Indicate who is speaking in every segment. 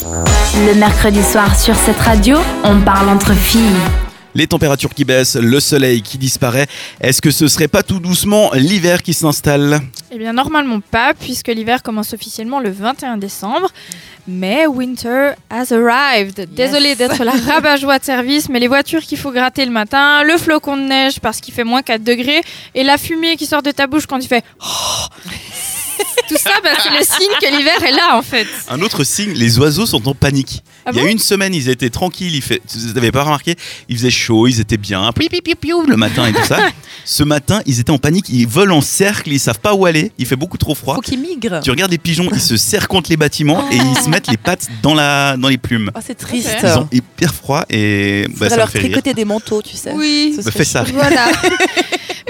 Speaker 1: Le mercredi soir sur cette radio, on parle entre filles.
Speaker 2: les températures qui baissent, le soleil qui disparaît. Est-ce que ce serait pas tout doucement l'hiver qui s'installe
Speaker 3: Eh bien, normalement pas, puisque l'hiver commence officiellement le 21 décembre. Mais winter has arrived. Désolée d'être la rabat-joie de service, mais les voitures qu'il faut gratter le matin, le flocon de neige parce qu'il fait moins 4 degrés, et la fumée qui sort de ta bouche quand tu fais. Oh Tout ça, bah, c'est le signe que l'hiver est là, en fait.
Speaker 2: Un autre signe, les oiseaux sont en panique.
Speaker 3: Ah
Speaker 2: il y a
Speaker 3: bon
Speaker 2: une semaine, ils étaient tranquilles, ils fait... vous n'avez pas remarqué, il faisait chaud, ils étaient bien, piou, piou, piou, piou, le matin et tout ça. Ce matin, ils étaient en panique, ils volent en cercle, ils savent pas où aller, il fait beaucoup trop froid.
Speaker 4: Faut qu'il migre.
Speaker 2: Tu regardes les pigeons, ils se serrent contre les bâtiments et ils se mettent les pattes dans, la... dans les plumes.
Speaker 4: Ah, c'est triste.
Speaker 3: Ok.
Speaker 2: Ils ont hyper froid et bah,
Speaker 4: Faudrait
Speaker 2: ça me
Speaker 4: leur
Speaker 2: fait rire.
Speaker 4: tricoter des manteaux, tu sais.
Speaker 3: Oui.
Speaker 4: Ce
Speaker 2: Bah,
Speaker 4: serait
Speaker 2: fais ça.
Speaker 3: Voilà.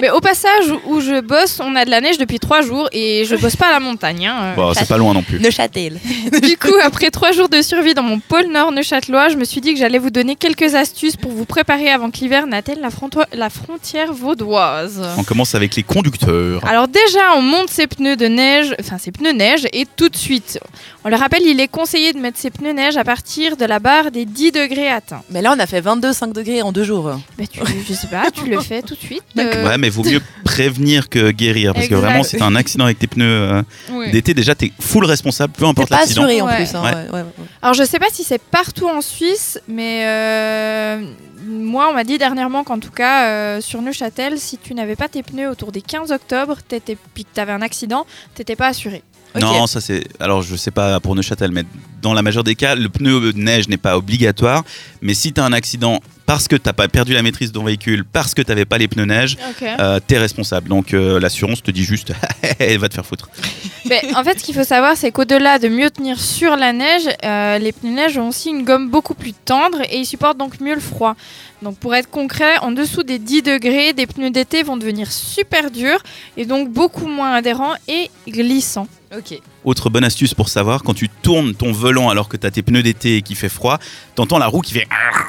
Speaker 3: Mais au passage où je bosse, on a de la neige depuis trois jours et je bosse pas à la montagne. hein.
Speaker 2: Bon, Bah, c'est pas loin non plus.
Speaker 4: Neuchâtel.
Speaker 3: Du coup, après trois jours de survie dans mon pôle nord neuchâtelois, je me suis dit que j'allais vous donner quelques astuces pour vous préparer avant que l'hiver n'atteigne la, fronto- la frontière vaudoise.
Speaker 2: On commence avec les conducteurs.
Speaker 3: Alors déjà, on monte ses pneus de neige, enfin ses pneus neige, et tout de suite. On le rappelle, il est conseillé de mettre ses pneus neige à partir de la barre des 10 degrés atteints.
Speaker 4: Mais là, on a fait 22, 5 degrés en deux jours.
Speaker 3: Bah, tu, je sais pas, tu le fais tout de suite. euh,
Speaker 2: Ouais, mais vaut mieux prévenir que guérir. Parce que
Speaker 3: Exact.
Speaker 2: vraiment, si t'as un accident avec tes pneus euh,
Speaker 3: oui.
Speaker 2: d'été, déjà, t'es full responsable, peu
Speaker 4: T'es
Speaker 2: importe
Speaker 4: pas
Speaker 2: l'accident.
Speaker 4: assuré en
Speaker 3: Ouais.
Speaker 4: plus. hein,
Speaker 2: Ouais.
Speaker 4: ouais, ouais, ouais.
Speaker 3: Alors je sais pas si c'est partout en Suisse, mais euh, moi on m'a dit dernièrement qu'en tout cas euh, sur Neuchâtel, si tu n'avais pas tes pneus autour des 15 octobre, t'étais, puis que t'avais un accident, t'étais pas assuré.
Speaker 4: Ok.
Speaker 2: Non, ça c'est. Alors, je sais pas pour Neuchâtel, mais dans la majeure des cas, le pneu de neige n'est pas obligatoire. Mais si t'as un accident parce que t'as pas perdu la maîtrise de ton véhicule, parce que t'avais pas les pneus neige,
Speaker 3: Ok.
Speaker 2: euh, t'es responsable. Donc, euh, l'assurance te dit juste, elle va te faire foutre.
Speaker 3: Mais en fait, ce qu'il faut savoir, c'est qu'au-delà de mieux tenir sur la neige, euh, les pneus neige ont aussi une gomme beaucoup plus tendre et ils supportent donc mieux le froid. Donc pour être concret, en dessous des 10 degrés, des pneus d'été vont devenir super durs et donc beaucoup moins adhérents et glissants.
Speaker 4: Ok.
Speaker 2: Autre bonne astuce pour savoir, quand tu tournes ton volant alors que t'as tes pneus d'été et qu'il fait froid, t'entends la roue qui fait.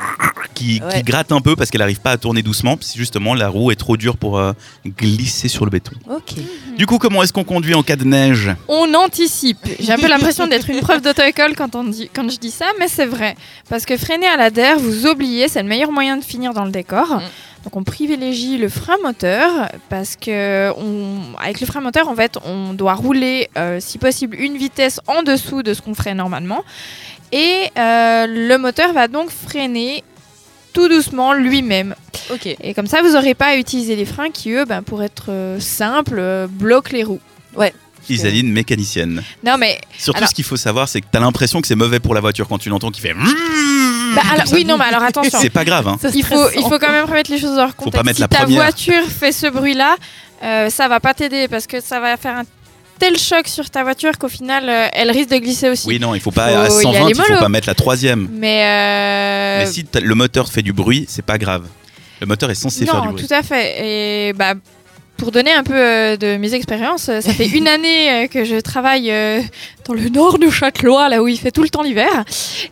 Speaker 2: qui, qui
Speaker 4: Ouais.
Speaker 2: gratte un peu parce qu'elle n'arrive pas à tourner doucement, parce que justement la roue est trop dure pour euh, glisser sur le béton.
Speaker 4: Ok.
Speaker 3: Hmm.
Speaker 2: Du coup, comment est-ce qu'on conduit en cas de neige
Speaker 3: On anticipe. J'ai un peu l'impression d'être une preuve d'auto-école quand, on dit- quand je dis ça, mais c'est vrai. Parce que freiner à la der, vous oubliez, c'est le meilleur moyen de finir dans le décor. Donc on privilégie le frein moteur parce que on- avec le frein moteur, en fait, on doit rouler euh, si possible une vitesse en dessous de ce qu'on ferait normalement. Et euh, le moteur va donc freiner tout doucement lui-même.
Speaker 4: Ok.
Speaker 3: Et comme ça, vous n'aurez pas à utiliser les freins qui, eux, ben, pour être euh, simples, euh, bloquent les roues.
Speaker 2: Isaline, mécanicienne.
Speaker 3: Non, mais.
Speaker 2: Surtout,
Speaker 3: Alors-
Speaker 2: ce qu'il faut savoir, c'est que t'as l'impression que c'est mauvais pour la voiture quand tu l'entends qui fait.
Speaker 3: Bah, alors- oui, non, mais alors attention.
Speaker 2: Mmh. C'est pas grave, hein.
Speaker 4: Ça, c'est
Speaker 3: Il faut, il
Speaker 4: stressant.
Speaker 3: faut quand même remettre les choses dans leur contexte.
Speaker 2: pas mettre
Speaker 3: si
Speaker 2: la
Speaker 3: ta
Speaker 2: première.
Speaker 3: voiture fait ce bruit-là, euh, ça va pas t'aider parce que ça va faire un tel choc sur ta voiture qu'au final, euh, elle risque de glisser aussi.
Speaker 2: Oui, non, il faut pas à
Speaker 3: Faut y aller
Speaker 2: 120, il faut
Speaker 3: mollo.
Speaker 2: pas mettre la troisième.
Speaker 3: Mais. euh,
Speaker 2: Mais si t'as- le moteur fait du bruit, c'est pas grave. Le moteur est censé faire du
Speaker 3: Non,
Speaker 2: bruit.
Speaker 3: tout à fait. Et bah, pour donner un peu euh, de mes expériences, euh, ça fait une année euh, que je travaille euh, dans le nord de Châtelois, là où il fait tout le temps l'hiver.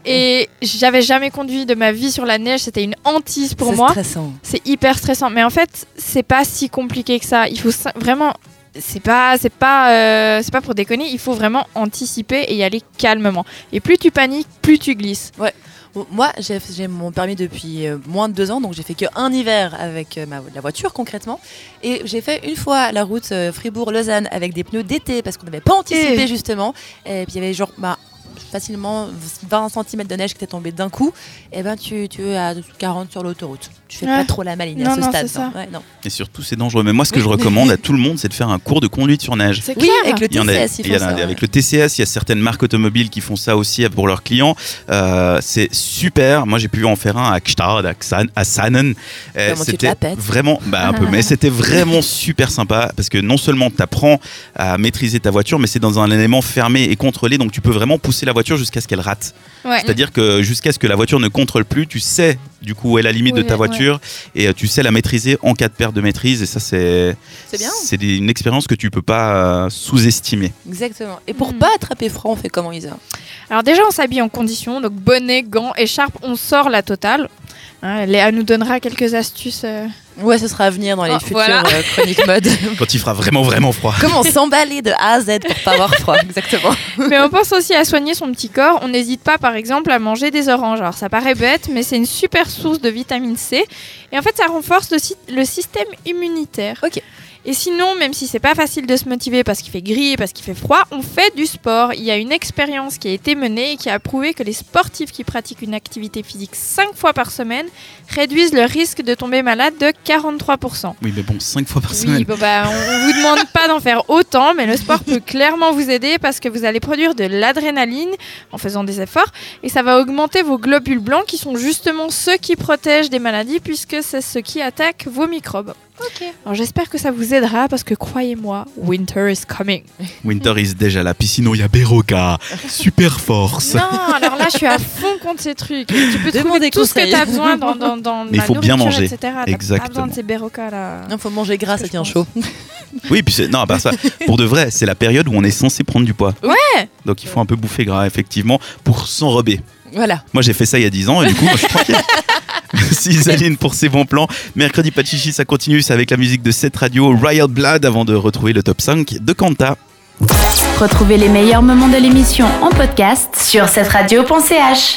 Speaker 3: Et j'avais jamais conduit de ma vie sur la neige. C'était une hantise pour
Speaker 4: C'est
Speaker 3: moi.
Speaker 4: stressant.
Speaker 3: C'est hyper stressant. Mais en fait, c'est pas si compliqué que ça. Il faut sa- vraiment. C'est pas, c'est pas, euh, c'est pas pour déconner. Il faut vraiment anticiper et y aller calmement. Et plus tu paniques, plus tu glisses.
Speaker 4: Bon, Moi, j'ai j'ai mon permis depuis euh, moins de deux ans, donc j'ai fait qu'un hiver avec euh, ma- la voiture concrètement. Et j'ai fait une fois la route euh, Fribourg-Lausanne avec des pneus d'été parce qu'on n'avait pas anticipé
Speaker 3: Eh.
Speaker 4: justement. Et puis il y avait genre bah, facilement 20 cm de neige qui était tombée d'un coup. Et ben tu, tu es à 40 sur l'autoroute. Tu fais
Speaker 3: Ouais.
Speaker 4: pas trop la maline à
Speaker 3: Non,
Speaker 4: ce
Speaker 3: non,
Speaker 4: stade.
Speaker 3: c'est
Speaker 4: non. Ouais, non.
Speaker 2: Et surtout, c'est dangereux. Mais moi, ce que je recommande à tout le monde, c'est de faire un cours de conduite sur neige.
Speaker 3: C'est
Speaker 4: Oui, avec le
Speaker 2: Il y en a-
Speaker 4: TCS, ils
Speaker 2: il y
Speaker 4: font
Speaker 2: en a
Speaker 4: ça.
Speaker 2: des- avec le TCS, il y a certaines marques automobiles qui font ça aussi pour leurs clients. Euh, c'est super. Moi, j'ai pu en faire un à Gstaad, à, Xan- à Sanen. Euh,
Speaker 4: Comment tu te
Speaker 2: c'était
Speaker 4: la pètes
Speaker 2: vraiment, bah, un peu, mais c'était vraiment super sympa parce que non seulement tu apprends à maîtriser ta voiture, mais c'est dans un élément fermé et contrôlé, donc tu peux vraiment pousser la voiture jusqu'à ce qu'elle rate.
Speaker 3: Ouais.
Speaker 2: C'est-à-dire que jusqu'à ce que la voiture ne contrôle plus, tu sais du coup où est la limite
Speaker 3: Oui,
Speaker 2: de ta
Speaker 3: ouais.
Speaker 2: voiture et euh, tu sais la maîtriser en cas de perte de maîtrise. Et ça, c'est
Speaker 4: C'est bien.
Speaker 2: c'est des- une expérience que tu peux pas euh, sous-estimer.
Speaker 4: Exactement. Et pour
Speaker 3: Mm.
Speaker 4: pas attraper froid, on fait comment, Isa
Speaker 3: Alors déjà, on s'habille en condition, donc bonnet, gants, écharpe, on sort la totale. Hein, Léa nous donnera quelques astuces. euh.
Speaker 4: Ouais, ce sera à venir dans les
Speaker 3: Oh,
Speaker 4: futures
Speaker 3: voilà.
Speaker 4: euh, chroniques mode.
Speaker 2: Quand il fera vraiment, vraiment froid.
Speaker 4: Comment s'emballer de A à Z pour pas avoir froid, exactement.
Speaker 3: mais on pense aussi à soigner son petit corps. On n'hésite pas, par exemple, à manger des oranges. Alors, ça paraît bête, mais c'est une super source de vitamine C. Et en fait, ça renforce le, sy- le système immunitaire.
Speaker 4: Ok.
Speaker 3: Et sinon, même si c'est pas facile de se motiver parce qu'il fait gris et parce qu'il fait froid, on fait du sport. Il y a une expérience qui a été menée et qui a prouvé que les sportifs qui pratiquent une activité physique 5 fois par semaine réduisent le risque de tomber malade de 43%.
Speaker 2: Oui, mais bon, 5 fois par
Speaker 3: Oui,
Speaker 2: semaine.
Speaker 3: bon, bah, on on vous demande pas d'en faire autant, mais le sport peut clairement vous aider parce que vous allez produire de l'adrénaline en faisant des efforts et ça va augmenter vos globules blancs qui sont justement ceux qui protègent des maladies puisque c'est ce qui attaque vos microbes.
Speaker 4: Ok.
Speaker 3: Alors j'espère que ça vous aidera parce que croyez-moi, winter is coming.
Speaker 2: Winter is déjà là. Puis sinon, il y a Berocca. Super force.
Speaker 3: Non, alors là je suis à fond contre ces trucs. Tu peux trouver
Speaker 4: Demandez
Speaker 3: tout ce que
Speaker 4: conseil.
Speaker 3: tu as besoin dans, dans, dans
Speaker 2: Mais il
Speaker 3: la
Speaker 2: faut bien
Speaker 3: nourriture,
Speaker 2: manger.
Speaker 3: etc. T'as pas besoin
Speaker 2: Exactement.
Speaker 3: de ces berocas là.
Speaker 4: Il faut manger gras,
Speaker 3: C'est
Speaker 4: ça
Speaker 3: ce que
Speaker 4: tient
Speaker 3: je
Speaker 4: chaud.
Speaker 2: Oui, puis c'est- non, à part ça, pour de vrai, c'est la période où on est censé prendre du poids.
Speaker 3: Ouais.
Speaker 2: Donc il faut un peu bouffer gras, effectivement, pour s'enrober.
Speaker 4: Voilà.
Speaker 2: Moi, j'ai fait ça il y a 10 ans et du coup, moi, je suis tranquille. Merci Isaline pour ses bons plans. Mercredi pas de chichi, ça continue, c'est avec la musique de cette radio Royal Blood avant de retrouver le top 5 de Kanta.
Speaker 1: Retrouvez les meilleurs moments de l'émission en podcast sur cette radio.ch.